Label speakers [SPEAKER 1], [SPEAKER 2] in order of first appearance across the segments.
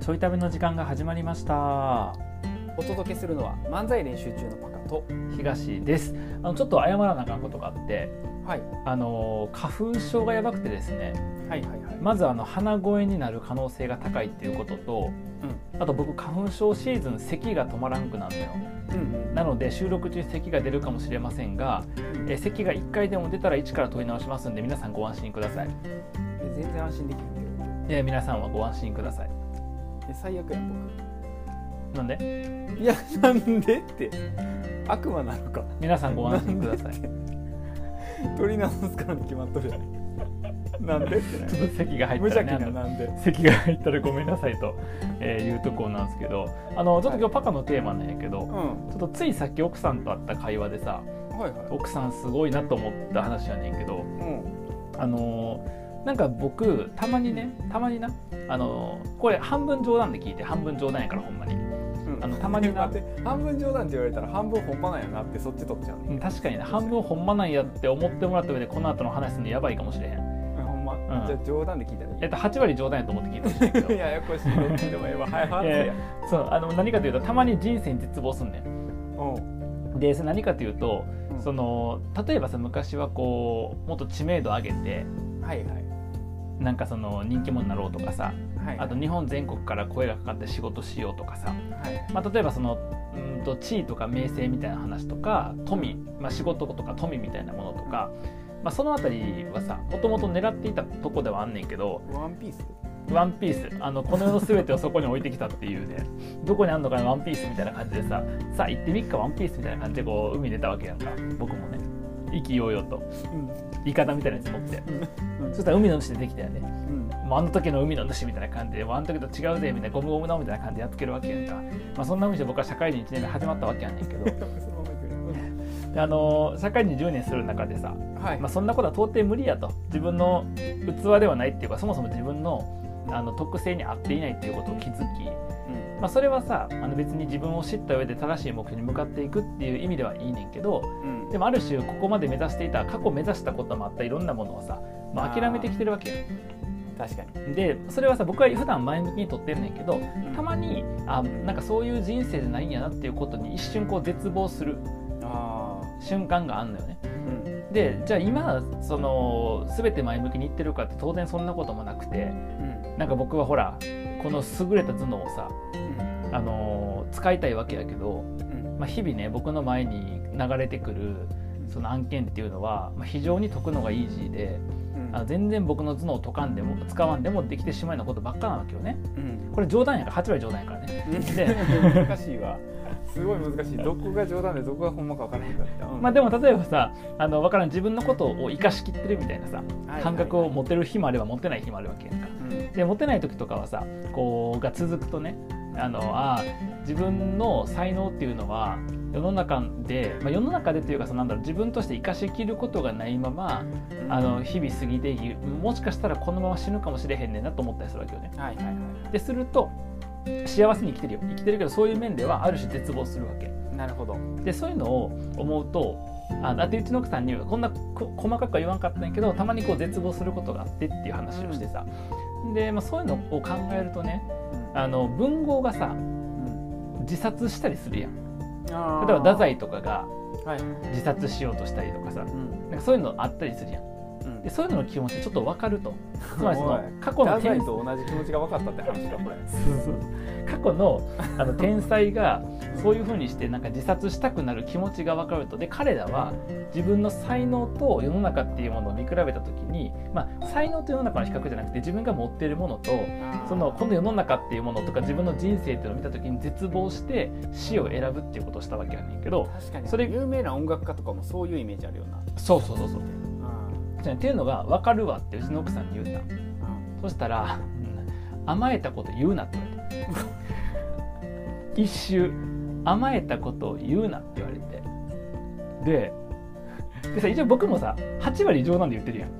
[SPEAKER 1] ちょい旅の時間が始まりました
[SPEAKER 2] お届けするのは漫才練習中のパカと
[SPEAKER 1] 東ですあのちょっと謝らなあかんことがあって
[SPEAKER 2] はい
[SPEAKER 1] あの花粉症がやばくてですね
[SPEAKER 2] はいはいはい
[SPEAKER 1] まずあの鼻声になる可能性が高いっていうことと、あと僕花粉症シーズン咳が止まらんくなるのよ
[SPEAKER 2] うん
[SPEAKER 1] なので収録中に咳が出るかもしれませんが
[SPEAKER 2] うん
[SPEAKER 1] え咳が1回でも出たら1から取り直しますんで皆さんご安心ください
[SPEAKER 2] え全然安心できるんだ
[SPEAKER 1] で皆さんはご安心ください
[SPEAKER 2] けどえ最悪やん
[SPEAKER 1] なんで
[SPEAKER 2] 僕いやなんでって悪魔なのか
[SPEAKER 1] 皆さんご安心ください
[SPEAKER 2] 取り直すからに決まっとるやん なんでって な
[SPEAKER 1] ちょっと咳が入っ
[SPEAKER 2] 無
[SPEAKER 1] たら
[SPEAKER 2] 邪
[SPEAKER 1] ね
[SPEAKER 2] 気
[SPEAKER 1] あの
[SPEAKER 2] ななんで
[SPEAKER 1] 席が入ったらごめんなさいと、えーいうところなんですけどあのちょっと今日パカのテーマなんやけど、
[SPEAKER 2] うん
[SPEAKER 1] ちょっとついさっき奥さんと会った会話でさ
[SPEAKER 2] はいはい
[SPEAKER 1] 奥さんすごいなと思った話やねんけど
[SPEAKER 2] うん
[SPEAKER 1] あのーなんか僕たまにねたまになあのーこれ半分冗談で聞いて半分冗談やからほんまに
[SPEAKER 2] うん
[SPEAKER 1] あのたまにな
[SPEAKER 2] 待って半分冗談って言われたら半分本場なんやなってそっち取っちゃう
[SPEAKER 1] う
[SPEAKER 2] ね
[SPEAKER 1] ん確かにね半分ほんまなんやって思ってもらった上でこの後の話すのやばいかもしれへん
[SPEAKER 2] うんほんま
[SPEAKER 1] ん
[SPEAKER 2] じゃあ冗談で聞いたらいい
[SPEAKER 1] えっと8割冗談やと思って聞いてほしいんやけど
[SPEAKER 2] ややこしいどっちでもええわはいはい
[SPEAKER 1] えそうあの何かというとたまに人生に絶望すんね
[SPEAKER 2] うん
[SPEAKER 1] んでそれ何かというと
[SPEAKER 2] うん
[SPEAKER 1] その例えばさ昔はこうもっと知名度上げて
[SPEAKER 2] はいはい
[SPEAKER 1] なんかその人気者になろうとかさ
[SPEAKER 2] はい
[SPEAKER 1] あと日本全国から声がかかって仕事しようとかさ、
[SPEAKER 2] はい
[SPEAKER 1] まあ、例えばそのうーんと地位とか名声みたいな話とか富、まあ、仕事とか富みたいなものとか、まあ、その辺りはさもともと狙っていたとこではあんねんけど
[SPEAKER 2] ワンピース
[SPEAKER 1] 「ワンピースあのこの世の全てをそこに置いてきたっていうねどこにあんのかな「ワンピースみたいな感じでささあ行ってみっか「ワンピースみたいな感じでこう海出たわけやんか僕もね意気揚々と。
[SPEAKER 2] うん
[SPEAKER 1] イカダみたいなやつ持って、
[SPEAKER 2] うん
[SPEAKER 1] そしたら海の主出てきたよね
[SPEAKER 2] うん
[SPEAKER 1] もうあの時の海の主みたいな感じでもうあの時と違うぜみたいなゴムゴムだみたいな感じでやっつけるわけやんか、まあ、そんなふうにして僕は社会人1年で始まったわけやんねんけど
[SPEAKER 2] そのまま行くよ
[SPEAKER 1] であのー社会人10年する中でさ、
[SPEAKER 2] はい
[SPEAKER 1] まあ、そんなことは到底無理やと自分の器ではないっていうかそもそも自分のあの特性に合っていないっていうことを気づき、
[SPEAKER 2] うん
[SPEAKER 1] まあ、それはさあの別に自分を知った上で正しい目標に向かっていくっていう意味ではいいねんけど、
[SPEAKER 2] うん
[SPEAKER 1] でもある種ここまで目指していた過去目指したこともあったいろんなものをさ、まあ、
[SPEAKER 2] あー
[SPEAKER 1] 諦めてきてるわけよ
[SPEAKER 2] 確かに
[SPEAKER 1] でそれはさ僕は普段前向きに撮ってんねんけどた
[SPEAKER 2] に
[SPEAKER 1] まにあなんかそういう人生じゃないんやなっていうことに一瞬こう絶望する
[SPEAKER 2] ああ
[SPEAKER 1] 瞬間があんのよね
[SPEAKER 2] うん
[SPEAKER 1] でじゃあ今その全て前向きにいってるかって当然そんなこともなくて
[SPEAKER 2] うん
[SPEAKER 1] なんか僕はほらこの優れた頭脳をさ、あのー使いたいわけやけど、
[SPEAKER 2] うん
[SPEAKER 1] まあ、日々ね僕の前に流れてくるその案件っていうのは、まあ、非常に解くのがイージーで
[SPEAKER 2] うん
[SPEAKER 1] あの全然僕の頭脳を解かんでも使わんでもできてしまいのことばっかなわけよね
[SPEAKER 2] うん
[SPEAKER 1] これ冗談やから8割冗談やからね、
[SPEAKER 2] で難しいわすごい難しいどこが冗談でどこがほんまか分からへんかったうん
[SPEAKER 1] まあ、でも例えばさあの分からん自分のことを生かしきってるみたいなさ
[SPEAKER 2] はい
[SPEAKER 1] 感覚を持てる日もあれば持てない日もあるわけやんか
[SPEAKER 2] うん
[SPEAKER 1] で持てない時とかはさこうが続くとねあのあー自分の才能っていうのは世の中で、まあ、世の中でというかさなんだろう自分として生かしきることがないままあの日々過ぎていきもしかしたらこのまま死ぬかもしれへんねんなと思ったりするわけよね。
[SPEAKER 2] はいはいはい
[SPEAKER 1] ですると幸せに生きてるよ生きてるけどそういう面ではある種絶望するわけ。
[SPEAKER 2] なるほど
[SPEAKER 1] でそういうのを思うとあだってうちの奥さんにはこんなこ細かくは言わんかったんやけどたまにこう絶望することがあってっていう話をしてさで、まあ、そういうのを考えるとねあの文豪がさ
[SPEAKER 2] うん
[SPEAKER 1] 自殺したりするやん
[SPEAKER 2] あー
[SPEAKER 1] 例えば太宰とかが
[SPEAKER 2] はい
[SPEAKER 1] 自殺しようとしたりとかさ
[SPEAKER 2] うん
[SPEAKER 1] なんかそういうのあったりするやん
[SPEAKER 2] うん
[SPEAKER 1] でそういうのの気持ちちょっと分かるとつまりその
[SPEAKER 2] おい
[SPEAKER 1] 過去の
[SPEAKER 2] 太
[SPEAKER 1] 天
[SPEAKER 2] 宰と同じ気持ちが分かったって話かこれ
[SPEAKER 1] 過去のあの天才がそういうふうにしてなんか自殺したくなる気持ちが分かるとで彼らは自分の才能と世の中っていうものを見比べた時に、まあ、才能と世の中の比較じゃなくて自分が持っているものとそのこの世の中っていうものとか自分の人生っていうのを見た時に絶望して死を選ぶっていうことをしたわけやねんけど
[SPEAKER 2] 確かに
[SPEAKER 1] それ
[SPEAKER 2] 有名な音楽家とかもそういうイメージあるよな
[SPEAKER 1] そうそうそうそうじゃあっていうのが分かるわってうちの奥さんに言うたそしたらうん甘えたこと言うなって言われて一周甘えたことを言うなって言われてででさ一応僕もさ8割冗談で言ってるやん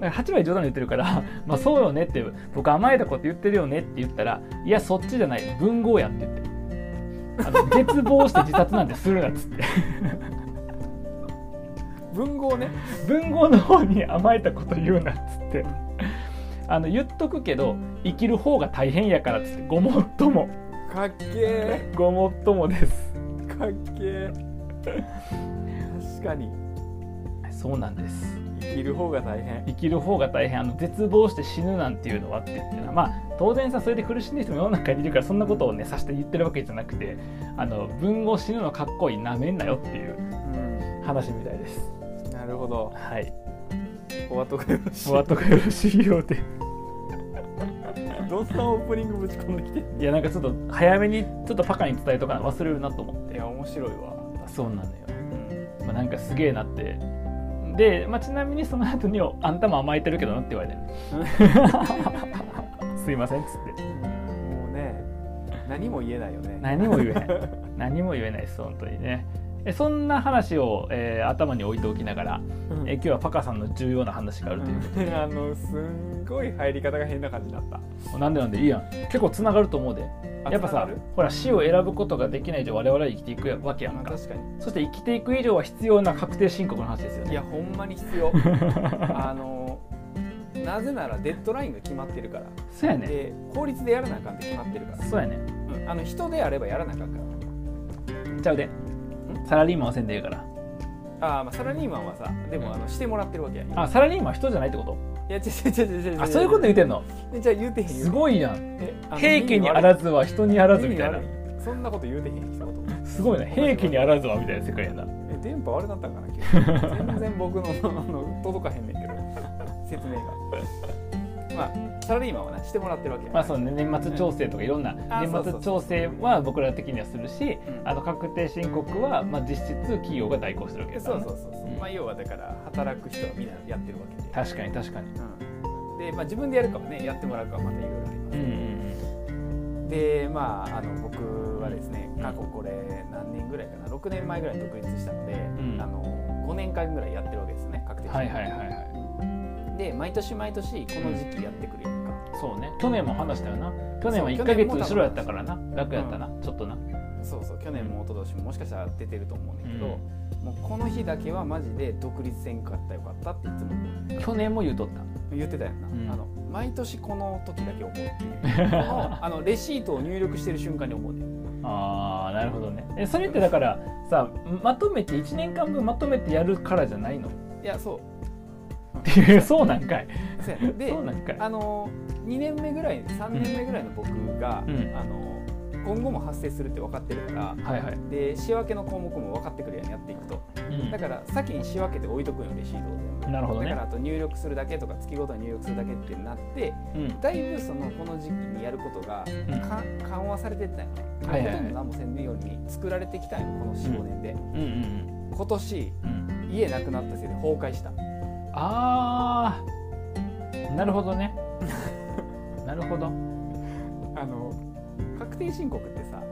[SPEAKER 1] だから8割冗談で言ってるから 「まあそうよね」って僕甘えたこと言ってるよねって言ったら「いやそっちじゃない文豪や」って言って。あの絶望して自殺なんてするなっつって
[SPEAKER 2] 文豪ね
[SPEAKER 1] 文豪の方に甘えたこと言うなっつってあの言っとくけど生きる方が大変やからっつってごもっとも
[SPEAKER 2] かっけえ
[SPEAKER 1] ごもっともです
[SPEAKER 2] かっけえ確かに
[SPEAKER 1] そうなんです
[SPEAKER 2] 生きる方が大変
[SPEAKER 1] 生きる方が大変あの絶望して死ぬなんていうのはって言ってなまあ当然さそれで苦しんでる人も世の中にいるからそんなことをねさして言ってるわけじゃなくてあの文豪死ぬのかっこいいなめんなよっていう
[SPEAKER 2] う
[SPEAKER 1] 話みたいです
[SPEAKER 2] んなるほど
[SPEAKER 1] はい
[SPEAKER 2] お後がよろしい
[SPEAKER 1] お後がよろしいようで
[SPEAKER 2] どんなオープニングぶち込んできて
[SPEAKER 1] いやなんかちょっと早めにちょっとパカに伝えとかな忘れるなと思っ
[SPEAKER 2] い
[SPEAKER 1] て
[SPEAKER 2] や面白いわ
[SPEAKER 1] そうなのよ、
[SPEAKER 2] うん
[SPEAKER 1] まあ、なんかすげえなってで、まあ、ちなみにその後に「あんたも甘えてるけどな」って言われ て「すいません」っつって
[SPEAKER 2] もうね何も言えないよね
[SPEAKER 1] 何も言えへん 何も言えないです本当にねえそんな話を、えー頭に置いておきながら、
[SPEAKER 2] うん
[SPEAKER 1] え今日はパカさんの重要な話があるというこ
[SPEAKER 2] うん あのすんごい入り方が変な感じになった
[SPEAKER 1] と、なんでなんでいいやん結構つながると思うで
[SPEAKER 2] あ
[SPEAKER 1] やっぱ
[SPEAKER 2] つなが
[SPEAKER 1] さ
[SPEAKER 2] る
[SPEAKER 1] ほら死を選ぶことができない以上我々は生きていくわけや
[SPEAKER 2] ま
[SPEAKER 1] ん
[SPEAKER 2] あ
[SPEAKER 1] か
[SPEAKER 2] 確かに
[SPEAKER 1] そして生きていく以上は必要な確定申告の話ですよね
[SPEAKER 2] いやほんまに必 要あのなぜならデッドラインが決まってるから
[SPEAKER 1] そうやね
[SPEAKER 2] で法律でやらなあかんって決まってるから、
[SPEAKER 1] そうやね
[SPEAKER 2] うんあの人であればやらなあかんから
[SPEAKER 1] ちゃうでサラリーマンはせんでええから
[SPEAKER 2] あーまあサラリーマンはさでもあのしてもらってるわけや
[SPEAKER 1] あサラリーマンは人じゃないってこと
[SPEAKER 2] いや違う違う違う違う
[SPEAKER 1] あそういうこと言ってんの
[SPEAKER 2] でじゃあ言うてへん
[SPEAKER 1] す
[SPEAKER 2] よ
[SPEAKER 1] ごいやん
[SPEAKER 2] えあの
[SPEAKER 1] 平家にあらずは人にあらずみたいな
[SPEAKER 2] 耳悪いそんなこと言うてへん人のこと
[SPEAKER 1] すごいな平家にあらずはみたいな世界やな
[SPEAKER 2] え電波悪なったんかな今日全然僕のあの届かへんねんけど説明がまあサラリーマンはねしてもらってるわけや
[SPEAKER 1] まあそうね年末調整とかいろんな
[SPEAKER 2] あそ
[SPEAKER 1] 年
[SPEAKER 2] うそうそ
[SPEAKER 1] 末
[SPEAKER 2] う
[SPEAKER 1] 調整は僕ら的にはするし
[SPEAKER 2] うん
[SPEAKER 1] あの確定申告はまあ実質企業が代行するわけ
[SPEAKER 2] え
[SPEAKER 1] だか
[SPEAKER 2] そ
[SPEAKER 1] ら
[SPEAKER 2] う
[SPEAKER 1] ね
[SPEAKER 2] そうそうそう、
[SPEAKER 1] うん
[SPEAKER 2] まあ要はだから働く人はみんなやってるわけで、
[SPEAKER 1] 確かに確かに
[SPEAKER 2] うんでまあ自分でやるかはねやってもらうかはまたいろいろあります
[SPEAKER 1] うんうん
[SPEAKER 2] でまああの僕はですね
[SPEAKER 1] うん
[SPEAKER 2] 過去これ何年ぐらいかな6年前ぐらいに独立したので、
[SPEAKER 1] ん
[SPEAKER 2] あの5年間ぐらいやってるわけですね確定
[SPEAKER 1] うん
[SPEAKER 2] 申
[SPEAKER 1] はい
[SPEAKER 2] 告
[SPEAKER 1] はいはいはい
[SPEAKER 2] で毎年毎年この時期やってくるやんか、
[SPEAKER 1] そうね去年も話したよな去年は
[SPEAKER 2] そう
[SPEAKER 1] 1か月後ろやったからな楽やったなちょっとな
[SPEAKER 2] そうそう去年も一昨年ももしかしたら出てると思うんだけど、
[SPEAKER 1] うん
[SPEAKER 2] もうこの日だけはマジで独立せんかったよかったっていつも
[SPEAKER 1] 去年も言うとった
[SPEAKER 2] 言ってたよな、
[SPEAKER 1] うん
[SPEAKER 2] あの毎年この時 だけ思うっていうこのあのレシートを入力してる瞬間に思うね
[SPEAKER 1] あーなるほどねえそれってだからさまとめて1年間分まとめてやるからじゃないのっ
[SPEAKER 2] いやそう
[SPEAKER 1] ていうそうなんかい
[SPEAKER 2] そうやねで
[SPEAKER 1] そうなんかい
[SPEAKER 2] あの2年目ぐらい3年目ぐらいの僕が、
[SPEAKER 1] うん
[SPEAKER 2] あの今後も発生するって分かってるから
[SPEAKER 1] はいはい、
[SPEAKER 2] で仕分けの項目も分かってくるようにやっていくと
[SPEAKER 1] うん
[SPEAKER 2] だから先に仕分けて置いとくんよレシートを全部
[SPEAKER 1] なるほどね
[SPEAKER 2] だからあと入力するだけとか月ごとに入力するだけってなって
[SPEAKER 1] うん
[SPEAKER 2] だいぶそのこの時期にやることが
[SPEAKER 1] うん
[SPEAKER 2] か緩和されてったよね、
[SPEAKER 1] はいはいはい
[SPEAKER 2] ほとんど何もせんように作られてきたんよこの45
[SPEAKER 1] うん
[SPEAKER 2] 年で、
[SPEAKER 1] うんうん
[SPEAKER 2] 今年
[SPEAKER 1] うん
[SPEAKER 2] 家なくなったせいで崩壊した
[SPEAKER 1] あーなるほど ねなるほど、うん、
[SPEAKER 2] あの確定申告ってさ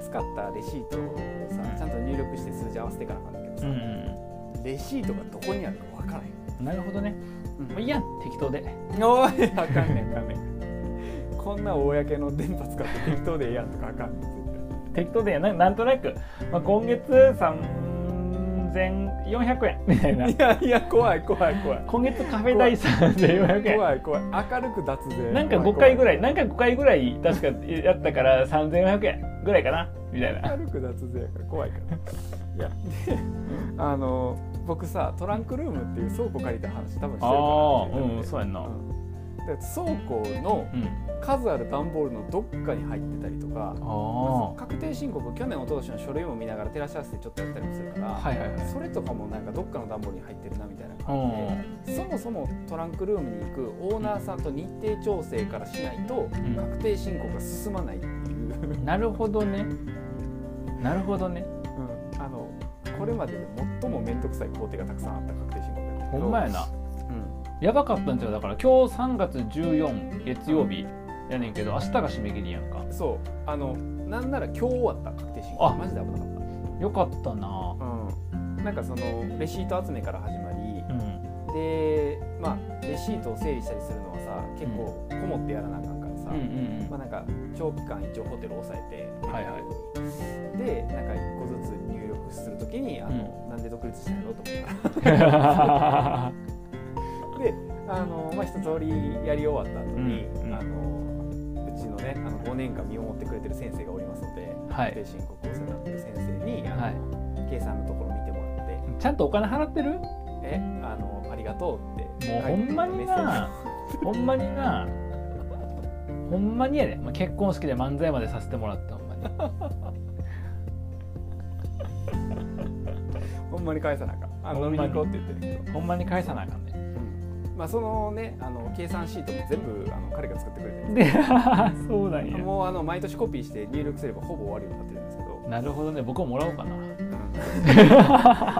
[SPEAKER 2] 使ったレシートをさちゃんと入力して数字合わせていかなあかんだけど
[SPEAKER 1] う
[SPEAKER 2] さ、
[SPEAKER 1] ん
[SPEAKER 2] レシートがどこにあるか分からへん、
[SPEAKER 1] うんなるほどねもういいやん適当で
[SPEAKER 2] おいあかんねんあかんねん こんな公の電波使って適当でええやんとかあかんねん絶対
[SPEAKER 1] 適当でななんとなく、まあ、今月3400円みた いない
[SPEAKER 2] やいや怖い怖い怖い
[SPEAKER 1] 今月カフェ代3400円
[SPEAKER 2] 怖い怖い明るく脱税
[SPEAKER 1] なんか5回ぐ
[SPEAKER 2] らい
[SPEAKER 1] らい、なんか5回ぐらい、確かやったから3500円ぐらいかな、みた いな。
[SPEAKER 2] 明るく脱税やから怖いからいやであの僕さトランクルームっていう倉庫借りた話多分してるか
[SPEAKER 1] あ
[SPEAKER 2] ら
[SPEAKER 1] あ、うん、そうやんな。
[SPEAKER 2] う
[SPEAKER 1] うん
[SPEAKER 2] だから倉庫の
[SPEAKER 1] ん。
[SPEAKER 2] 数ある段ボールのどっかに入ってたりとか
[SPEAKER 1] あ
[SPEAKER 2] 確定申告去年一昨年の書類も見ながら照らし合わせてちょっとやったりもするから、
[SPEAKER 1] あ。はいはいはい。
[SPEAKER 2] それとかもなんかどっかの段ボールに入ってるなみたいな
[SPEAKER 1] う
[SPEAKER 2] 感じで
[SPEAKER 1] ん。
[SPEAKER 2] そもそもトランクルームに行くオーナーさんと日程調整からしないと
[SPEAKER 1] ん
[SPEAKER 2] 確定申告が進まないっていう、
[SPEAKER 1] なるほどね。なるほどね。
[SPEAKER 2] あのこれまでで最も面倒くさい工程がたくさんあった確定申告だったけ
[SPEAKER 1] ほ
[SPEAKER 2] ど
[SPEAKER 1] んまやな。
[SPEAKER 2] うん
[SPEAKER 1] やばかったんちゃうだから今日3月14月曜日やねんけど、明日が締め切りやんか。
[SPEAKER 2] そうあのなんなら今日終わった確定申
[SPEAKER 1] あ
[SPEAKER 2] 告マジで危なかっ
[SPEAKER 1] よかったな。
[SPEAKER 2] た、うん、なんかそのレシート集めから始まり
[SPEAKER 1] うん。
[SPEAKER 2] でまあレシートを整理したりするのはさ結構こもってやらなあかんからさ、
[SPEAKER 1] うんうん
[SPEAKER 2] まあ、なんか長期間一応ホテルを抑えて、
[SPEAKER 1] はいは
[SPEAKER 2] でなんか1個ずつ入力するときにあの、なんで独立したんやろうと思った
[SPEAKER 1] う
[SPEAKER 2] ら
[SPEAKER 1] ん。
[SPEAKER 2] であの、まあ、一通りやり終わった後に、
[SPEAKER 1] うんうん
[SPEAKER 2] あのうちのねあの5年間見守ってくれてる先生がおりますの で、
[SPEAKER 1] はい
[SPEAKER 2] 確定申告をお世話になってる先生にあの、
[SPEAKER 1] はい
[SPEAKER 2] 計算のところ見てもらって
[SPEAKER 1] ちゃんとお金払ってるも
[SPEAKER 2] 「えあのありがとう」って
[SPEAKER 1] うほんまになほんまになほんまにやで、まあ、結婚式で漫才までさせてもらってほんまに
[SPEAKER 2] ほんまに返さなあかんあ
[SPEAKER 1] ほ
[SPEAKER 2] の
[SPEAKER 1] ん
[SPEAKER 2] 飲
[SPEAKER 1] まに
[SPEAKER 2] みに行こうって言ってるけど、
[SPEAKER 1] ほんまに返さなあかんね
[SPEAKER 2] まあ、そのねあの計算シートも全部あの彼が作ってくれてるんで
[SPEAKER 1] で そうなん
[SPEAKER 2] す
[SPEAKER 1] や
[SPEAKER 2] もうあの毎年コピーして入力すればほぼ終わるようになってるんですけ ど、
[SPEAKER 1] なるほどね僕ももらおうかな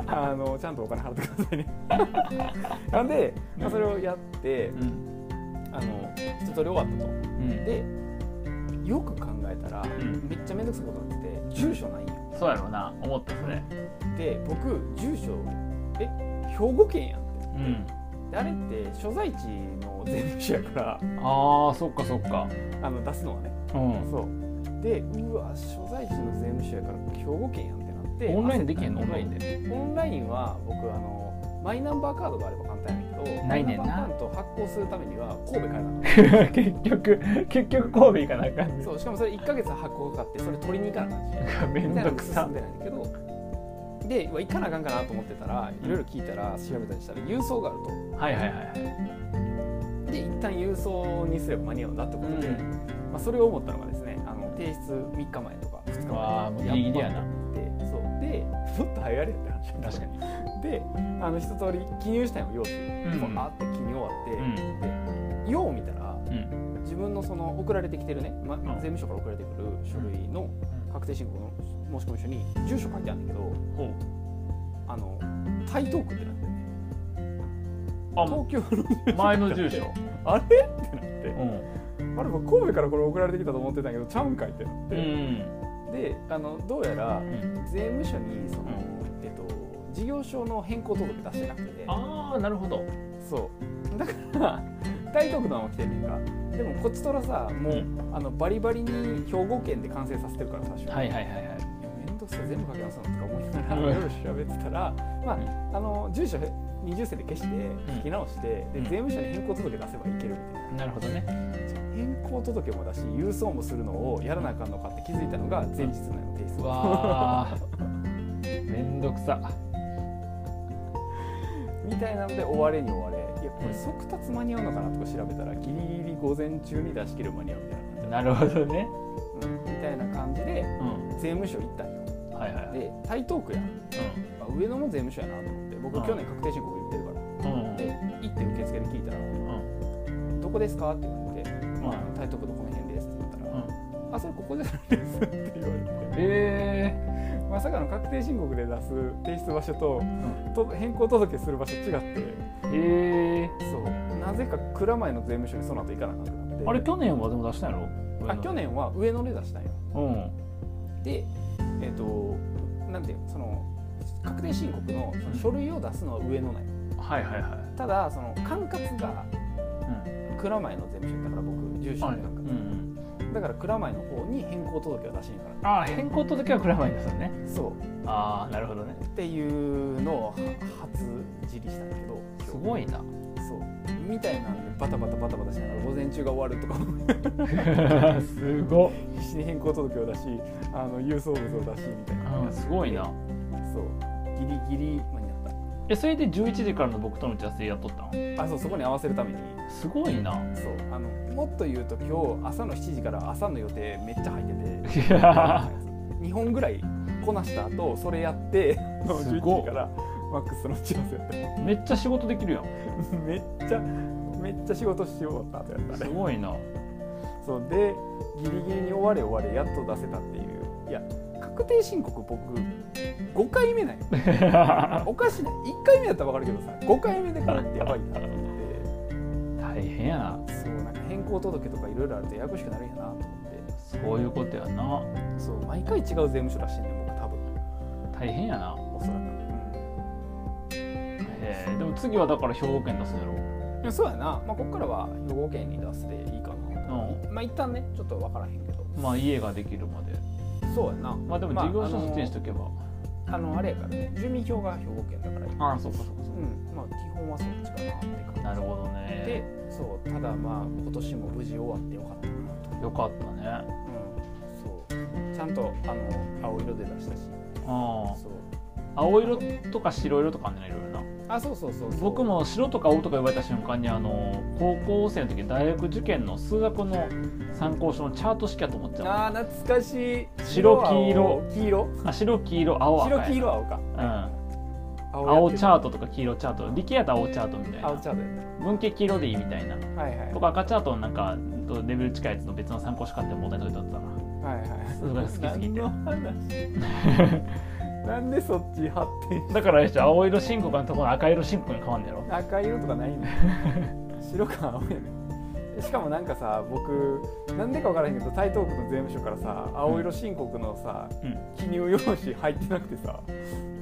[SPEAKER 2] あのちゃんとお金払ってくださいね なんで、まあ、それをやって
[SPEAKER 1] うん
[SPEAKER 2] あの一通り終わったと
[SPEAKER 1] うん
[SPEAKER 2] でよく考えたら、
[SPEAKER 1] ん
[SPEAKER 2] めっちゃ面倒くさいことになってて住所ないんよ
[SPEAKER 1] そうやろうな思ったそれ
[SPEAKER 2] で僕住所え兵庫県やんって
[SPEAKER 1] うん
[SPEAKER 2] であれって所在地の税務署やから
[SPEAKER 1] あーそっかそっか
[SPEAKER 2] あの出すのはね
[SPEAKER 1] うん
[SPEAKER 2] そうでうわ所在地の税務署やから兵庫県やんってなって
[SPEAKER 1] オンラインでできへんの
[SPEAKER 2] あ
[SPEAKER 1] オン
[SPEAKER 2] そう
[SPEAKER 1] ラインで
[SPEAKER 2] オンラインは僕あのマイナンバーカードがあれば簡単やねんけど
[SPEAKER 1] ないねんな
[SPEAKER 2] マイナンバーカード発行するためには神戸からなの
[SPEAKER 1] 結局結局神戸行かなあかんね
[SPEAKER 2] そうしかもそれ1か月発行かかってそれ取りに行かなあかん し
[SPEAKER 1] めん
[SPEAKER 2] みた
[SPEAKER 1] ど
[SPEAKER 2] いなの
[SPEAKER 1] く
[SPEAKER 2] が進
[SPEAKER 1] さ
[SPEAKER 2] んでないんだけどでうわ行かなあかんかなと思ってたらいろいろ聞いたら調べたりしたら郵送がある
[SPEAKER 1] はいはいはい
[SPEAKER 2] とで一旦郵送にすれば間に合うんだってこ
[SPEAKER 1] う
[SPEAKER 2] とで、
[SPEAKER 1] ん
[SPEAKER 2] まあ、それを思ったのがですねあの提出3日前とか2日
[SPEAKER 1] わあもうギ
[SPEAKER 2] 前
[SPEAKER 1] リギリやな
[SPEAKER 2] ってそうでもっと早いって話になっ
[SPEAKER 1] 確
[SPEAKER 2] て
[SPEAKER 1] かに
[SPEAKER 2] であの一通り記入したんよ要素
[SPEAKER 1] ん
[SPEAKER 2] もうあって記入終わって、でよう見たら
[SPEAKER 1] うん
[SPEAKER 2] 自分のその送られてきてるね、ま
[SPEAKER 1] ん
[SPEAKER 2] 税務署から送られてくる書類の確定申告の申込書に住所書いてあるんだけど
[SPEAKER 1] ほ
[SPEAKER 2] あの台東区ってなってるね
[SPEAKER 1] あも
[SPEAKER 2] 東京の
[SPEAKER 1] う前の住 所
[SPEAKER 2] あれってなって
[SPEAKER 1] う
[SPEAKER 2] あれ僕神戸からこれ送られてきたと思ってたんやけどちゃうんかいってなって、
[SPEAKER 1] ん
[SPEAKER 2] であのどうやら
[SPEAKER 1] うん
[SPEAKER 2] 税務署にその、
[SPEAKER 1] うん
[SPEAKER 2] えっと事業所の変更届出してなくて
[SPEAKER 1] ああなるほど
[SPEAKER 2] そうだから台東区のまま来てるねんかでもこっちとらさもう、
[SPEAKER 1] うん
[SPEAKER 2] あのバリバリに兵庫県で完成させてるから最初
[SPEAKER 1] はいはいはいはい
[SPEAKER 2] 面倒くさい全部書き直すのとか思いながら
[SPEAKER 1] う
[SPEAKER 2] い
[SPEAKER 1] ん
[SPEAKER 2] ろいろ調べてたら、ま
[SPEAKER 1] うん
[SPEAKER 2] あ、あの住所二重線で消して書き直して、
[SPEAKER 1] うん
[SPEAKER 2] で税務署に変更届出せばいけるみたいな。
[SPEAKER 1] なるほど ね
[SPEAKER 2] 変更届もだし郵送もするのをやらなあかんのかって気づいたのが前日のよ提出
[SPEAKER 1] うわあめんどくさ
[SPEAKER 2] みたいなので終われに終われいやこれ速達間に合うのかなとか調べたらギリギリ午前中に出し切る間に合うみたいな感
[SPEAKER 1] なるほどね
[SPEAKER 2] じ、うん、みたいな感じで
[SPEAKER 1] うん
[SPEAKER 2] 税務署行ったんよ
[SPEAKER 1] はいはいはい
[SPEAKER 2] で台東区やあ上野も税務署やなと思って
[SPEAKER 1] うん
[SPEAKER 2] 僕去年確定申告行ってるか
[SPEAKER 1] うんうん
[SPEAKER 2] らで行って受付で聞いたら
[SPEAKER 1] うん
[SPEAKER 2] 「どこですか?」って言われて
[SPEAKER 1] うん
[SPEAKER 2] 「台東区のこの辺です」って言った
[SPEAKER 1] う
[SPEAKER 2] ら
[SPEAKER 1] ん
[SPEAKER 2] 「あそれここじゃないです」って言われて。
[SPEAKER 1] え
[SPEAKER 2] まさかの確定申告で出す提出場所と,、
[SPEAKER 1] ん
[SPEAKER 2] と変更届する場所違って
[SPEAKER 1] ー、え
[SPEAKER 2] そうなぜか蔵前の税務署にその後行かなかったので
[SPEAKER 1] ー、あれ去年はでも出したんやろ
[SPEAKER 2] あ去年は上野で出したんよ
[SPEAKER 1] うん
[SPEAKER 2] でえっ、となんていうのその確定申告のその書類を出すのは上野なんよ
[SPEAKER 1] はいはいはい
[SPEAKER 2] ただその管轄が
[SPEAKER 1] うん
[SPEAKER 2] 蔵前の税務署だから僕住所
[SPEAKER 1] は
[SPEAKER 2] の
[SPEAKER 1] い
[SPEAKER 2] 管
[SPEAKER 1] うんう
[SPEAKER 2] 轄、
[SPEAKER 1] ん
[SPEAKER 2] だから蔵前の方に変更届を出しに行かな
[SPEAKER 1] ああ変更届はくらまいですよね
[SPEAKER 2] そう
[SPEAKER 1] ああなるほどね
[SPEAKER 2] っていうのをは初知りしたんだけど今日
[SPEAKER 1] すごいな
[SPEAKER 2] そうみたいなんでバタバタバタバタしながら午前中が終わるとか
[SPEAKER 1] すごっ
[SPEAKER 2] 必死に 変更届を出しあの郵送物を出しみたいな、
[SPEAKER 1] うんすごいな
[SPEAKER 2] そうギリギリ間に合っ
[SPEAKER 1] えそれで11時からの僕との打ち合わせやっとったの
[SPEAKER 2] たあそうそこに合わせるために
[SPEAKER 1] すごいな
[SPEAKER 2] そうあのもっと言うと今日朝の7時から朝の予定めっちゃ入ってて
[SPEAKER 1] いや
[SPEAKER 2] 2本ぐらいこなした後それやってあの
[SPEAKER 1] すごっ
[SPEAKER 2] 11時からマックスの打ち合わせやっ
[SPEAKER 1] ーめっちゃ仕事できるやん
[SPEAKER 2] た めっちゃめっちゃ仕事し終わった後やった
[SPEAKER 1] すごい な
[SPEAKER 2] そうでギリギリに終われ終われやっと出せたっていういや確定申告僕5回目なん よおかしいな1回目だったら分かるけどさ5回目でこれってやばいなと思っ
[SPEAKER 1] 大変やな
[SPEAKER 2] てそうなんか変更届とかいろいろあるとややこしくなるんやなと思って
[SPEAKER 1] そういうことやな
[SPEAKER 2] そう毎回違う税務署出してんねん僕多分
[SPEAKER 1] 大変やな
[SPEAKER 2] おそらく、
[SPEAKER 1] えー、でも次はだから兵庫県出すんやろ
[SPEAKER 2] うん、いやそうやな、まあ、こっからは兵庫県に出すでいいかな
[SPEAKER 1] う
[SPEAKER 2] まあ一旦ねちょっと分からへんけど
[SPEAKER 1] んまあ家ができるまで
[SPEAKER 2] そうやな
[SPEAKER 1] まあでも事業所そっちにしとけば、
[SPEAKER 2] あのあれやからね住民票が兵庫県だからいい
[SPEAKER 1] ああそうかそうかそうか
[SPEAKER 2] うんまあ基本はそっちかなって感じ
[SPEAKER 1] なるほど
[SPEAKER 2] で
[SPEAKER 1] ね
[SPEAKER 2] そうただまあ今年も無事終わってよかったなと、
[SPEAKER 1] よかったね
[SPEAKER 2] うん、そうちゃんとあの青色で出したし
[SPEAKER 1] あ
[SPEAKER 2] そう
[SPEAKER 1] あ青色とか白色とかあんねんないろいろな
[SPEAKER 2] あそうそうそうそう
[SPEAKER 1] 僕も白とか青とか言われた瞬間にあの高校生の時大学受験の数学の参考書のチャート式やと思っちゃ
[SPEAKER 2] あー懐かしい
[SPEAKER 1] 白黄色
[SPEAKER 2] 黄色
[SPEAKER 1] うあ白黄色青赤
[SPEAKER 2] 白
[SPEAKER 1] や
[SPEAKER 2] 黄色青か
[SPEAKER 1] うん、
[SPEAKER 2] 青
[SPEAKER 1] 青チャー
[SPEAKER 2] ト
[SPEAKER 1] トとか黄色チャート力やったら青チャートみたい
[SPEAKER 2] 青
[SPEAKER 1] な
[SPEAKER 2] チャートやね
[SPEAKER 1] 文系黄色でいいみたいな
[SPEAKER 2] はいはい
[SPEAKER 1] 僕赤チャートのなんかうんとレベル近いやつの別の参考書買って問題解いてったな
[SPEAKER 2] はい
[SPEAKER 1] それが
[SPEAKER 2] は
[SPEAKER 1] 好
[SPEAKER 2] い
[SPEAKER 1] きすぎて
[SPEAKER 2] 何の話なんでそっち発展し
[SPEAKER 1] だからあれでしょ青色申告のところ赤色申告に変わんねやろ
[SPEAKER 2] 赤色と かないの白か青やねしかもなんかさ僕なんでか分からへんけど台東区の税務署からさ青色申告のさ、
[SPEAKER 1] うん
[SPEAKER 2] 記入用紙入ってなくてさ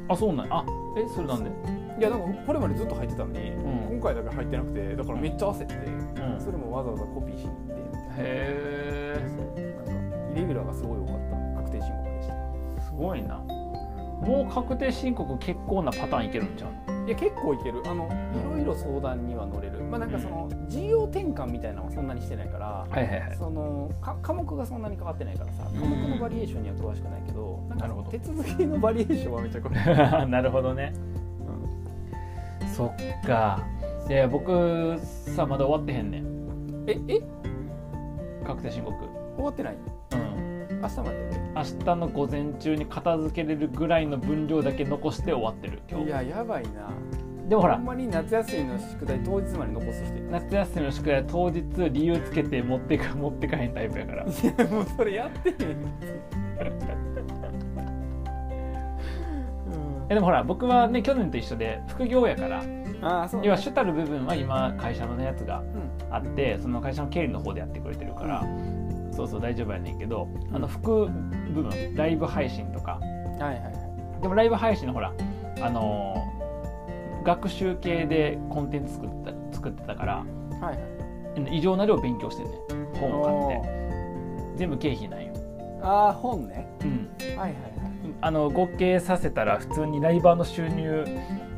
[SPEAKER 1] あそうなんやあえそれなんで
[SPEAKER 2] いやなんかこれまでずっと入ってたのに、
[SPEAKER 1] ん
[SPEAKER 2] 今回だけ入ってなくてだからめっちゃ焦って、
[SPEAKER 1] ん
[SPEAKER 2] それもわざわざコピーしに行ってみたいな
[SPEAKER 1] へえ
[SPEAKER 2] なんかイレギュラーがすごい多かった確定申告でした
[SPEAKER 1] すごいなもう確定申告結構なパターンいけるんちゃうの
[SPEAKER 2] いや結構いけるあのいろいろ相談には乗れるまあなんかその事業転換みたいなのはそんなにしてないから、
[SPEAKER 1] はいはいは
[SPEAKER 2] そのか科目がそんなに変わってないからさ科目のバリエーションには詳しくないけどなん
[SPEAKER 1] な
[SPEAKER 2] か
[SPEAKER 1] るほど
[SPEAKER 2] 手続きのバリエーションはめちゃくちゃ
[SPEAKER 1] なるほどね、そっかいや僕さまだ終わってへんねん
[SPEAKER 2] ええ
[SPEAKER 1] 確定申告
[SPEAKER 2] 終わってない
[SPEAKER 1] うん
[SPEAKER 2] 明日まで
[SPEAKER 1] 明日の午前中に片付けれるぐらいの分量だけ残して終わってる今
[SPEAKER 2] い
[SPEAKER 1] 日
[SPEAKER 2] ややばいな
[SPEAKER 1] でもほ
[SPEAKER 2] ほ
[SPEAKER 1] ら
[SPEAKER 2] んまに夏休みの宿題当日まで残す人いる
[SPEAKER 1] 夏休みの宿題は当日理由つけて持ってか持ってかへんタイプやから
[SPEAKER 2] いやもうそれやってへん、
[SPEAKER 1] えでもほら僕はね去年と一緒で副業やから
[SPEAKER 2] ああそう
[SPEAKER 1] 要は主たる部分は今会社のやつが
[SPEAKER 2] うん
[SPEAKER 1] あってその会社の経理の方でやってくれてるから、そうそう大丈夫やねんけどあの副部分ライブ配信とか
[SPEAKER 2] はいはいはい
[SPEAKER 1] でもライブ配信のほらあのー学習系でコンテンツ作ってた作ってたから
[SPEAKER 2] はいはい
[SPEAKER 1] 異常な量勉強してんねん本を買って
[SPEAKER 2] て
[SPEAKER 1] 全部経費なんよ、
[SPEAKER 2] ああ本ね
[SPEAKER 1] うん、
[SPEAKER 2] はいはいはい
[SPEAKER 1] あの合計させたら普通にライバーの収入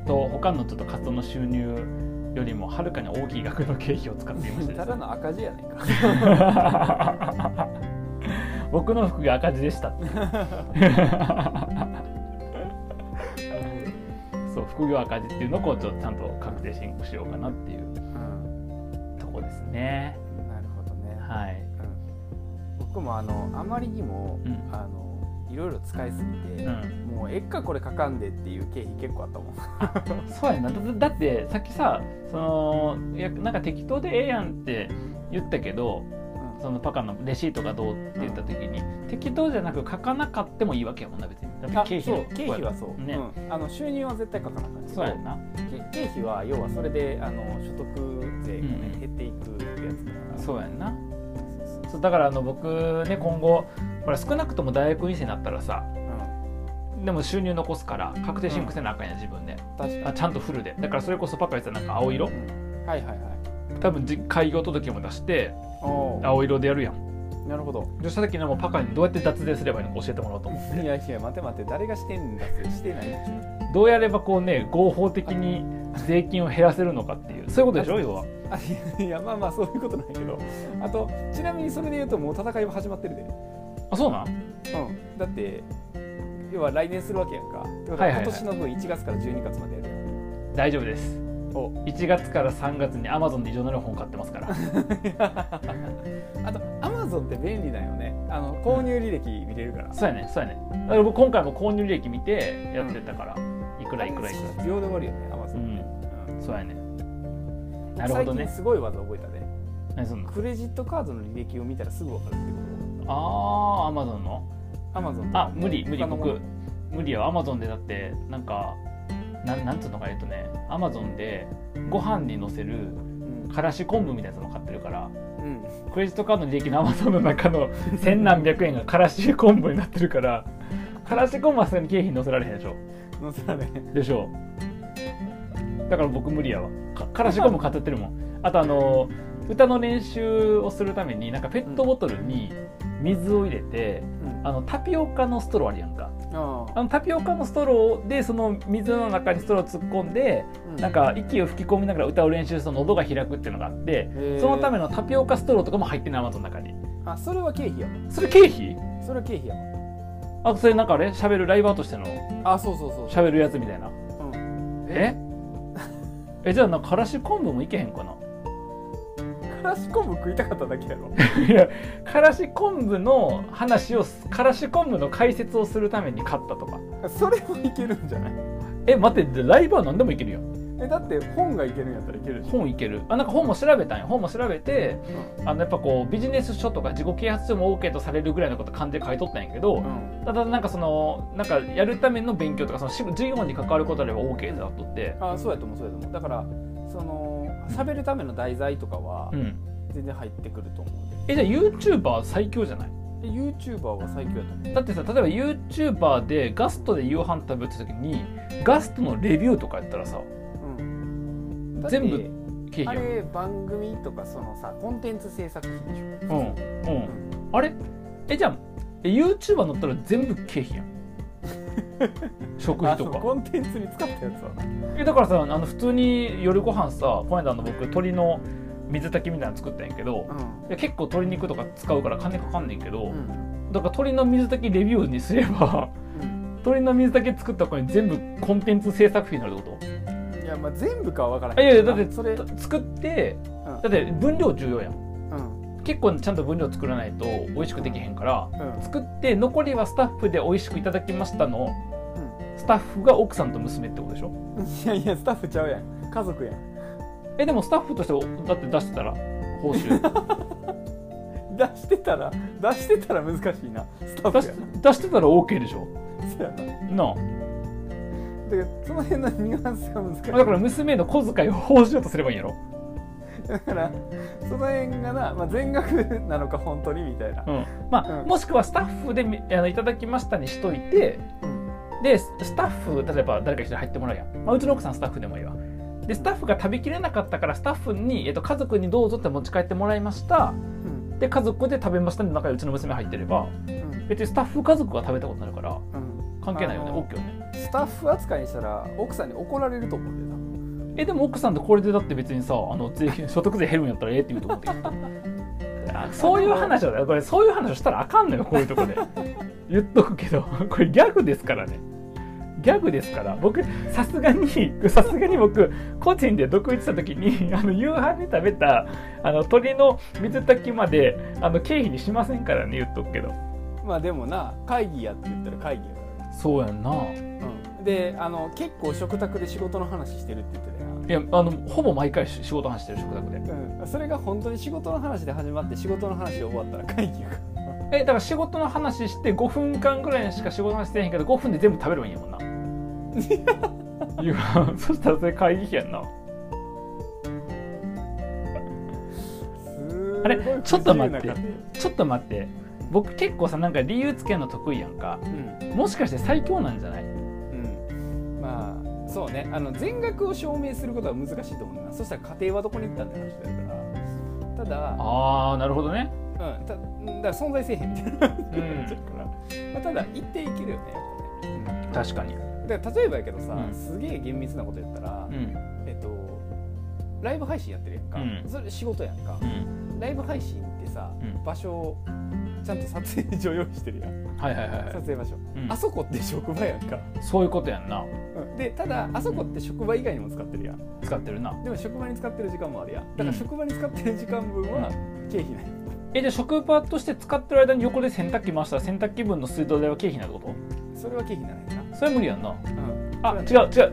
[SPEAKER 1] と他のちょっと活動の収入よりもはるかに大きい額の経費を使っていました
[SPEAKER 2] ただの赤字やないか
[SPEAKER 1] 僕の服が赤字でしたってそう副業赤字っていうのをこうちょっとちゃんと確定申告しようかなっていう
[SPEAKER 2] うん
[SPEAKER 1] とこですね
[SPEAKER 2] なるほどね
[SPEAKER 1] はい
[SPEAKER 2] うん僕もあのあまりにも、
[SPEAKER 1] うん
[SPEAKER 2] あのいろいろ使いすぎて、
[SPEAKER 1] うん
[SPEAKER 2] もうえっかこれかかんでっていう経費結構あったもん
[SPEAKER 1] そうやなだだってさっきさそのいやなんか適当でええやんって言ったけど
[SPEAKER 2] うん
[SPEAKER 1] そのパカのレシートがどうって言った時に、適当じゃなく書かなかってもいいわけやもんな別にだ
[SPEAKER 2] あ
[SPEAKER 1] って経費
[SPEAKER 2] そう
[SPEAKER 1] の
[SPEAKER 2] 経費はそう、
[SPEAKER 1] ね
[SPEAKER 2] うんあの収入は絶対かかなあかんけど
[SPEAKER 1] そうやんな
[SPEAKER 2] け経費は要はそれであの所得税がね、
[SPEAKER 1] うん
[SPEAKER 2] 減っていくやつだから
[SPEAKER 1] そうやんな
[SPEAKER 2] そうそう
[SPEAKER 1] そうだからあの僕ね今後ほら少なくとも大学院生になったらさ
[SPEAKER 2] うん
[SPEAKER 1] でも収入残すから確定申告せなあかんやん自分で、
[SPEAKER 2] 確か
[SPEAKER 1] あちゃんとフルでだからそれこそパカ言ってたなんか青色
[SPEAKER 2] に、うんはいはいはい
[SPEAKER 1] 多分じ開業届も出して
[SPEAKER 2] おー
[SPEAKER 1] 青色でやるやん
[SPEAKER 2] なるほど
[SPEAKER 1] そした時にもうパカにどうやって脱税すればいいのか教えてもらおうと思う
[SPEAKER 2] いやいや待て待て誰がしてんだってしてないでしょ
[SPEAKER 1] どうやればこうね合法的に税金を減らせるのかっていうそういうことでしょ要は
[SPEAKER 2] あいやいやまあまあそういうことないけどあとちなみにそれで言うともう戦いは始まってるで、
[SPEAKER 1] あそうなん
[SPEAKER 2] うん、だって要は来年するわけやんかってこと
[SPEAKER 1] は
[SPEAKER 2] は
[SPEAKER 1] いはいはい
[SPEAKER 2] 今年の分1月から12月までやるやん
[SPEAKER 1] 大丈夫です
[SPEAKER 2] お
[SPEAKER 1] 1月から3月に Amazon で異常な量本買ってますから
[SPEAKER 2] あとアマゾンって便利だよねあの購入履歴見れるから
[SPEAKER 1] そうやねそうやねだから僕今回も購入履歴見てやってたから、いくらいくらいくら
[SPEAKER 2] 秒で終わるよねアマゾ
[SPEAKER 1] う
[SPEAKER 2] ン
[SPEAKER 1] ん
[SPEAKER 2] ね、うん
[SPEAKER 1] そうやねなるほど
[SPEAKER 2] 最近
[SPEAKER 1] ね
[SPEAKER 2] すごい技覚えたね
[SPEAKER 1] 何すんの
[SPEAKER 2] クレジットカードの履歴を見たらすぐ分かるってこ
[SPEAKER 1] ああ Amazon の
[SPEAKER 2] とアマゾン
[SPEAKER 1] あ無理無理僕無理よ Amazon でだってなんかなんなんつうのか言うとね Amazon でご飯に載せる
[SPEAKER 2] うん、
[SPEAKER 1] からし昆布みたいなやつも買ってるから
[SPEAKER 2] うん、
[SPEAKER 1] クレジットカードの利益の Amazon の中 の千何百円がからし昆布になってるからからし昆布はさすがに経費に載せられへんでしょ
[SPEAKER 2] 載せられへん
[SPEAKER 1] でしょだから僕無理やわかからし昆布買っちゃってるもんあとあの歌の練習をするためになんかペットボトルに水を入れて
[SPEAKER 2] うん
[SPEAKER 1] あのタピオカのストローあるやんか
[SPEAKER 2] ああ
[SPEAKER 1] あのタピオカのストローでその水の中にストロー突っ込んでなんか息を吹き込みながら歌う練習すると喉が開くっていうのがあってそのため
[SPEAKER 2] の
[SPEAKER 1] のタピオカストローとかも入ってないマトの中に
[SPEAKER 2] あそれは経費やわ
[SPEAKER 1] それ経費
[SPEAKER 2] それは経費や
[SPEAKER 1] あとそれなんかあれ喋るライバーとしての
[SPEAKER 2] わあそうそうそう
[SPEAKER 1] 喋るやつみたいな
[SPEAKER 2] うん
[SPEAKER 1] ええじゃあなからし昆布もいけへんかな
[SPEAKER 2] からし昆布食いたかっただけやろ
[SPEAKER 1] いやからし昆布の話をすからし昆布の解説をするために買ったとか
[SPEAKER 2] それはいけるんじゃない
[SPEAKER 1] え待ってライブは何でもいけるよ
[SPEAKER 2] えだって本がいけるんやったらいけるでしょ
[SPEAKER 1] 本いけるあなんか本も調べたんよ本も調べてあのやっぱこうビジネス書とか自己啓発書も OK とされるぐらいのこと漢字で書いとったんやけど、
[SPEAKER 2] うん
[SPEAKER 1] ただなんかそのなんかやるための勉強とかそのし授業に関わることであれば OK だとって
[SPEAKER 2] あそうやと思うそうやと思うだからその喋るための題材とかは
[SPEAKER 1] うん
[SPEAKER 2] 全然入ってくると思う
[SPEAKER 1] えじゃあ YouTuber 最強じゃない
[SPEAKER 2] で YouTuber は最強やと思う
[SPEAKER 1] だってさ例えば YouTuber でガストで夕飯食べてた時にガストのレビューとかやったらさ
[SPEAKER 2] うんだって
[SPEAKER 1] 全部経費
[SPEAKER 2] あ
[SPEAKER 1] やん
[SPEAKER 2] れ番組とかそのさコンテンツ制作費でし
[SPEAKER 1] うんう
[SPEAKER 2] ょ、
[SPEAKER 1] んあれえじゃあえ YouTuber 乗ったら全部経費やん 食
[SPEAKER 2] あ
[SPEAKER 1] 費と
[SPEAKER 2] そう
[SPEAKER 1] か
[SPEAKER 2] コンテンツに使ったやつはな
[SPEAKER 1] えだからさあの普通に夜ご飯さこの間あの僕鶏の水炊きみたいなの作ったんやけどで結構鶏肉とか使うから金かかんねんけど、
[SPEAKER 2] うんうん
[SPEAKER 1] だから鶏の水炊きレビューにすれば
[SPEAKER 2] うん
[SPEAKER 1] 鶏の水炊き作った子に全部コンテンツ制作費になるってこ
[SPEAKER 2] いやまあ全部かは分から
[SPEAKER 1] と
[SPEAKER 2] へ
[SPEAKER 1] い
[SPEAKER 2] ん
[SPEAKER 1] やい
[SPEAKER 2] け
[SPEAKER 1] や
[SPEAKER 2] ど
[SPEAKER 1] だって
[SPEAKER 2] それ、うん、
[SPEAKER 1] 作ってだって分量重要やん
[SPEAKER 2] うん
[SPEAKER 1] 結構ちゃんと分量作らないと美味しくできへんから、
[SPEAKER 2] うん
[SPEAKER 1] 作って残りはスタッフで美味しくいただきましたの、
[SPEAKER 2] う
[SPEAKER 1] スタッフが奥さんと娘ってことでしょ
[SPEAKER 2] いやいやスタッフちゃうやん家族やん
[SPEAKER 1] えでもスタッフとしてだって出してたら報 酬
[SPEAKER 2] 出してたら出してたら難しいなスタッ
[SPEAKER 1] 出
[SPEAKER 2] フ
[SPEAKER 1] し
[SPEAKER 2] や
[SPEAKER 1] 出してたら OK でしょ
[SPEAKER 2] なそうやな
[SPEAKER 1] な
[SPEAKER 2] だからその辺のニュアンスが難しい
[SPEAKER 1] あだから娘の小遣いを報酬とすればいいんやろ
[SPEAKER 2] だからその辺がな、まあ、全額なのか本当にみたいな
[SPEAKER 1] う、んまあ、
[SPEAKER 2] うん
[SPEAKER 1] もしくはスタッフでみあのいただきましたにしといて
[SPEAKER 2] うん
[SPEAKER 1] でススタッフ例えば誰か一人入ってもらうやん、まあ、うちの奥さんスタッフでもいいわでスタッフが食べきれなかったからスタッフに、えっと、家族にどうぞって持ち帰ってもらいました
[SPEAKER 2] うん
[SPEAKER 1] で家族で食べましたの中にうちの娘入ってれば
[SPEAKER 2] うん
[SPEAKER 1] 別にスタッフ家族が食べたことになるから
[SPEAKER 2] うん、
[SPEAKER 1] 関係ないよね
[SPEAKER 2] あの
[SPEAKER 1] OK よね
[SPEAKER 2] スタッフ扱いにしたら奥さんに怒られると思うんだよ
[SPEAKER 1] えでも奥さんってこれでだって別にさあの税金所得税減るんやったらええって言うと思ってるあそういう話だよこれそういう話をしたらあかんのよこういうとこで言っとくけどこれギャグですからねギャグですから僕さすがにさすがに僕個人で独立した時にあの夕飯で食べたあの鶏の水炊きまであの経費にしませんからね言っとくけど
[SPEAKER 2] なまあでもな会議やって言ったら会議やから
[SPEAKER 1] そうやんな
[SPEAKER 2] な、うん、であの結構食卓で仕事の話してるって言ってたよ
[SPEAKER 1] いやあのほぼ毎回し仕事話してる食卓で
[SPEAKER 2] な、うん、それが本当に仕事の話で始まって仕事の話で終わったら会議やから
[SPEAKER 1] えだから仕事の話して5分間ぐらいしか仕事の話してへんけど5分で全部食べればいいんやもんな いやそしたらそれ会議費やんな
[SPEAKER 2] す
[SPEAKER 1] あれ
[SPEAKER 2] ごい不自由な
[SPEAKER 1] ちょっと待って
[SPEAKER 2] 家庭
[SPEAKER 1] ちょっと待って僕結構さなんか理由つけるの得意やんか
[SPEAKER 2] うん
[SPEAKER 1] もしかして最強なんじゃない
[SPEAKER 2] うん、まあそうねあの全額を証明することは難しいと思うなそしたら家庭はどこに行ったんだって話だからただ,、
[SPEAKER 1] ああなるほど ね
[SPEAKER 2] うん、たうんだから存在せえへんみたいな感じになっちゃうから、まあ、ただ行っていけるよねやっぱね、
[SPEAKER 1] 確かに
[SPEAKER 2] だから例えばやけどさ、
[SPEAKER 1] うん
[SPEAKER 2] すげえ厳密なことやったら、
[SPEAKER 1] うん
[SPEAKER 2] えっとライブ配信やってるやんか、
[SPEAKER 1] うん
[SPEAKER 2] それ仕事やんか
[SPEAKER 1] うん
[SPEAKER 2] ライブ配信ってさ、
[SPEAKER 1] うん
[SPEAKER 2] 場所をちゃんと撮影所用意してるやん
[SPEAKER 1] はいはいはい、は
[SPEAKER 2] 撮
[SPEAKER 1] い
[SPEAKER 2] 影場所、
[SPEAKER 1] うん
[SPEAKER 2] あそこって職場やんか、
[SPEAKER 1] そういうことやんな
[SPEAKER 2] うんでただあそこって職場以外にも使ってるやん
[SPEAKER 1] 使ってるな
[SPEAKER 2] でも職場に使ってる時間もあるやんだ
[SPEAKER 1] う
[SPEAKER 2] か
[SPEAKER 1] ん
[SPEAKER 2] ら職場に使ってる時間分は経費ない、
[SPEAKER 1] えじゃあ職場として使ってる間に横で洗濯機回したら洗濯機分の水道代は経費になるってこ
[SPEAKER 2] それは経費ないな、
[SPEAKER 1] とそれ無理やんな
[SPEAKER 2] うん、
[SPEAKER 1] あ違う違う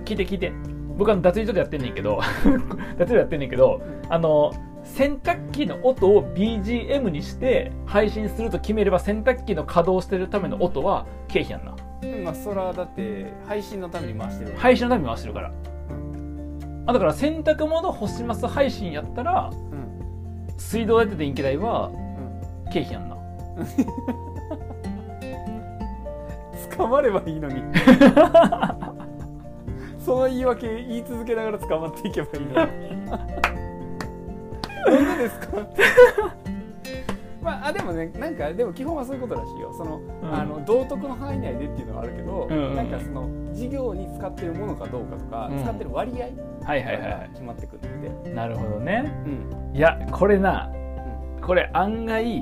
[SPEAKER 1] 聞いて聞いて僕あの脱衣所でやってんねんけど 脱衣所でやってんねんけどあの洗濯機の音を BGM にして配信すると決めれば洗濯機の稼働してるための音は経費やんな
[SPEAKER 2] うんまあそれはだって配信のために回してるい、
[SPEAKER 1] 配信のために回してるからあだから洗濯物干します配信やったら
[SPEAKER 2] うん
[SPEAKER 1] 水道代と電気代は
[SPEAKER 2] うん、
[SPEAKER 1] 経費やんな
[SPEAKER 2] 捕まればいいの にその言い訳言い続けながら捕まっていけ ばいいのになんでですかままあ、あでもねなんかでも基本はそういうことらしいよその、
[SPEAKER 1] うん
[SPEAKER 2] あの道徳の範囲内でっていうのはあるけど、
[SPEAKER 1] うんうん
[SPEAKER 2] なんかその事業に使ってるものかどうかとか、
[SPEAKER 1] うん
[SPEAKER 2] 使ってる割合
[SPEAKER 1] はいはいはいは
[SPEAKER 2] が決まってくるんで、
[SPEAKER 1] いなるほどね
[SPEAKER 2] うん
[SPEAKER 1] いやこれなこれ案外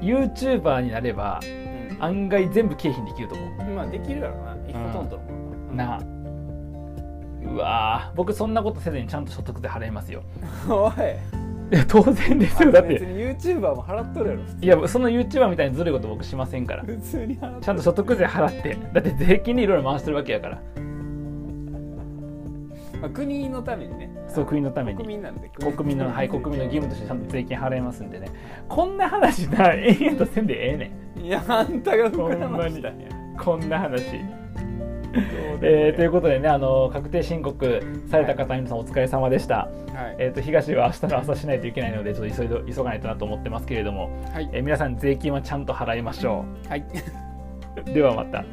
[SPEAKER 1] YouTuber になれば案外全部経費できると思
[SPEAKER 2] うんまあできるやろなほとんどのもの
[SPEAKER 1] うなあうわー僕そんなことせずにちゃんと所得税払いますよ
[SPEAKER 2] おい
[SPEAKER 1] いや当然ですよだ
[SPEAKER 2] あ
[SPEAKER 1] っ
[SPEAKER 2] 別
[SPEAKER 1] て
[SPEAKER 2] に YouTuber も払っとるやろ
[SPEAKER 1] いやその YouTuber みたいにずるいこと僕しませんから
[SPEAKER 2] 普通に払っとる
[SPEAKER 1] ちゃんと所得税払ってだって税金にいろいろ回してるわけやから
[SPEAKER 2] まあ、国のためにね
[SPEAKER 1] そう国のために
[SPEAKER 2] 国民なんで
[SPEAKER 1] 国民のはい国民の義務としてちゃんと税金払いますんでねこんな話な延々とせんでええねん
[SPEAKER 2] いやあんたが膨らましたね
[SPEAKER 1] こんな話
[SPEAKER 2] どうでも
[SPEAKER 1] えーとい
[SPEAKER 2] ね
[SPEAKER 1] うことでねあの確定申告された方皆さんお疲れ様でした、
[SPEAKER 2] はい
[SPEAKER 1] えー、と東は明日の朝しないといけないのでちょっと急いど急がないとなと思ってますけれども、
[SPEAKER 2] はい
[SPEAKER 1] えー皆さん税金はちゃんと払いましょ
[SPEAKER 2] はい。
[SPEAKER 1] うではまた